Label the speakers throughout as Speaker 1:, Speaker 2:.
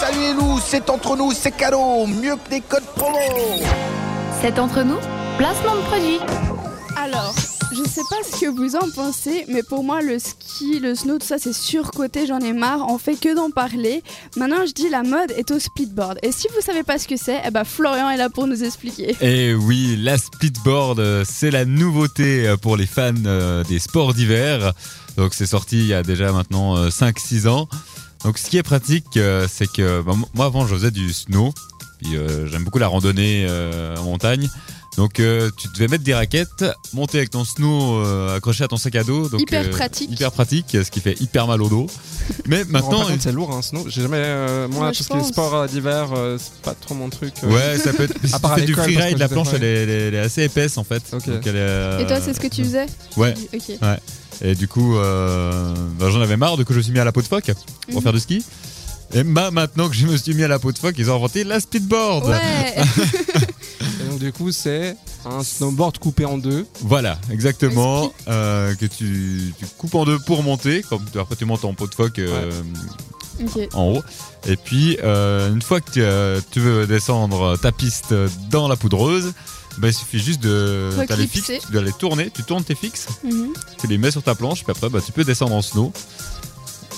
Speaker 1: Saluez-nous, c'est entre nous, c'est cadeau, mieux que des codes promo.
Speaker 2: C'est entre nous, placement de produit.
Speaker 3: Alors, je sais pas ce que vous en pensez, mais pour moi, le ski, le snow, tout ça, c'est surcoté, j'en ai marre, on fait que d'en parler. Maintenant, je dis la mode est au splitboard. Et si vous savez pas ce que c'est, eh ben, Florian est là pour nous expliquer.
Speaker 4: Et Eh oui, la splitboard, euh, c'est la nouveauté euh, pour les fans euh, des sports d'hiver. Donc c'est sorti il y a déjà maintenant euh, 5-6 ans. Donc ce qui est pratique, euh, c'est que bah, m- moi avant je faisais du snow, puis euh, j'aime beaucoup la randonnée euh, en montagne. Donc euh, tu devais mettre des raquettes, monter avec ton snow euh, accroché à ton sac à dos. Donc,
Speaker 3: Hyper
Speaker 4: euh,
Speaker 3: pratique.
Speaker 4: Hyper pratique, ce qui fait hyper mal au dos. Mais
Speaker 5: Maintenant,
Speaker 4: maintenant...
Speaker 5: par contre, c'est lourd, hein, snow. J'ai jamais. euh, moi,
Speaker 3: Ouais,
Speaker 5: tout
Speaker 3: je
Speaker 5: ce qui est
Speaker 3: pense.
Speaker 5: sport euh, d'hiver, euh, c'est pas trop mon truc. euh.
Speaker 4: Ouais, ça peut être. si
Speaker 5: À
Speaker 4: tu
Speaker 5: part à
Speaker 4: fais du
Speaker 5: l'école, parce
Speaker 4: freeride,
Speaker 5: que
Speaker 4: la
Speaker 5: je
Speaker 4: planche
Speaker 5: fais-
Speaker 4: elle est, elle est- elle est assez épaisse en fait.
Speaker 5: Ok.
Speaker 4: Donc, elle est, euh,
Speaker 3: Et toi, c'est ce que tu faisais
Speaker 4: Ouais.
Speaker 3: Ok.
Speaker 4: Et du coup, euh, ben, j'en avais marre, du coup, je me suis mis à la peau de phoque pour
Speaker 3: Mhm.
Speaker 4: faire du ski. Et bah, maintenant que je me suis mis à la peau de phoque, ils ont inventé la speedboard.
Speaker 3: Ouais,
Speaker 5: Et donc, du coup, c'est un snowboard coupé en deux.
Speaker 4: Voilà, exactement. euh, que tu, tu coupes en deux pour monter. Comme, tu- après, tu montes en peau de phoque euh,
Speaker 3: ok.
Speaker 4: en haut. Et puis, euh, une fois que tu, euh, tu veux descendre ta piste dans la poudreuse, ben, il suffit juste de.
Speaker 3: Faut
Speaker 4: t'as les
Speaker 3: clipser.
Speaker 4: fixes, tu dois les tourner, tu tournes tes fixes.
Speaker 3: Mhm.
Speaker 4: tu les mets sur ta planche, puis après bah, tu peux descendre en snow.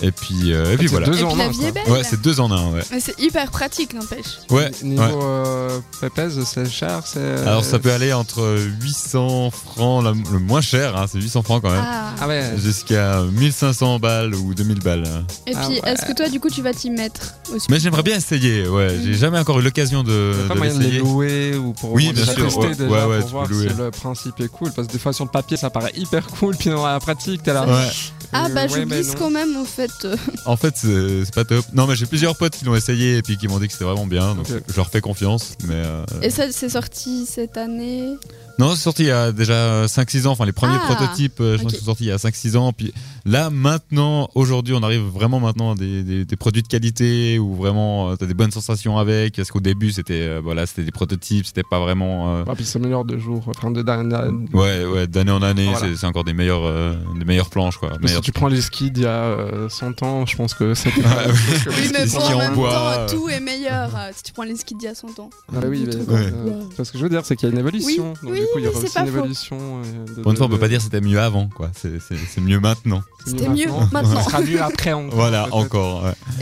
Speaker 4: Et puis, euh, et puis
Speaker 5: C'est
Speaker 4: voilà.
Speaker 5: Deux
Speaker 3: Et
Speaker 5: en
Speaker 3: puis la
Speaker 5: un,
Speaker 3: vie
Speaker 5: quoi.
Speaker 3: est belle.
Speaker 4: Ouais, c'est deux en un, ouais.
Speaker 3: Mais c'est hyper pratique, n'empêche.
Speaker 4: Ouais,
Speaker 5: Niveau
Speaker 4: ouais.
Speaker 5: euh, pépèze, c'est cher. c'est, euh,
Speaker 4: Alors ça peut aller entre 800 francs, la- le moins cher, hein, c'est 800 francs quand même,
Speaker 3: Ah.
Speaker 5: Ah ouais.
Speaker 4: jusqu'à 1500 balles ou 2000 balles.
Speaker 3: Et
Speaker 5: Ah
Speaker 3: puis,
Speaker 5: ouais.
Speaker 3: est-ce que toi, du coup, tu vas t'y mettre au
Speaker 4: Mais j'aimerais bien essayer, ouais. J'ai jamais encore eu l'occasion de,
Speaker 5: Mm. Y a
Speaker 4: euh,
Speaker 5: pas
Speaker 4: de
Speaker 5: moyen de les
Speaker 4: l'essayer.
Speaker 5: louer ou pour
Speaker 4: Oui,
Speaker 5: on
Speaker 4: bien
Speaker 5: les a
Speaker 4: sûr,
Speaker 5: testés
Speaker 4: ouais.
Speaker 5: déjà
Speaker 4: Ouais, ouais,
Speaker 5: pour
Speaker 4: tu
Speaker 5: voir
Speaker 4: peux louer.
Speaker 5: si le principe est cool. Parce que des fois sur le papier ça paraît hyper cool, puis dans la pratique t'es là.
Speaker 4: Ouais.
Speaker 3: Ah
Speaker 5: Euh,
Speaker 3: bah
Speaker 5: ouais,
Speaker 3: je
Speaker 5: mais
Speaker 3: glisse
Speaker 5: non.
Speaker 3: quand même en fait. euh,
Speaker 4: En fait, c'est c'est pas top. Non, mais j'ai plusieurs potes qui l'ont essayé et puis qui m'ont dit que c'était vraiment bien, donc
Speaker 5: Ok.
Speaker 4: je leur fais confiance. Mais euh,
Speaker 3: Et ça c'est sorti cette année.
Speaker 4: Non, c'est sorti il y a déjà 5-6 ans. Enfin, les premiers
Speaker 3: Ah,
Speaker 4: prototypes, euh, je pense
Speaker 3: ok.
Speaker 4: qu'ils sont sortis il y a 5-6 ans. Puis là, maintenant, aujourd'hui, on arrive vraiment maintenant à des, des- des produits de qualité où vraiment tu as des bonnes sensations avec. Parce qu'au début, c'était euh, voilà, c'était des prototypes, c'était pas vraiment. euh,
Speaker 5: Ah, puis ça s'améliore de jour. Enfin, de, de- de-
Speaker 4: ouais, ouais, d'année en année,
Speaker 5: Voilà.
Speaker 4: c'est- c'est encore des meilleures, euh, des meilleures planches, quoi.
Speaker 5: si
Speaker 4: Meilleures-
Speaker 5: tu prends les skis d'il y a euh, 100 ans, je pense que c'était.
Speaker 4: Ouais,
Speaker 3: Oui mais
Speaker 4: Les
Speaker 3: bon,
Speaker 4: skis
Speaker 3: en
Speaker 4: en
Speaker 3: même
Speaker 4: bois,
Speaker 3: temps
Speaker 4: euh.
Speaker 3: tout est meilleur euh, si tu prends les skis d'il y a 100 ans.
Speaker 5: Ah, bah oui, mais,
Speaker 3: Ouais.
Speaker 5: euh, parce que je veux dire, c'est qu'il y a une évolution.
Speaker 3: Oui,
Speaker 5: donc,
Speaker 3: oui,
Speaker 5: du coup, il y
Speaker 3: oui,
Speaker 5: aura
Speaker 3: c'est
Speaker 5: aussi
Speaker 3: pas
Speaker 5: une
Speaker 3: faux.
Speaker 5: évolution. euh, de-
Speaker 4: Pour une fois, on
Speaker 5: de-
Speaker 4: peut pas dire que c'était mieux avant, quoi. C'est- C'est c'est mieux maintenant.
Speaker 3: C'était mieux
Speaker 5: Ça
Speaker 3: maintenant.
Speaker 5: sera mieux après. encore,
Speaker 4: Voilà,
Speaker 5: peut-être.
Speaker 4: encore. ouais.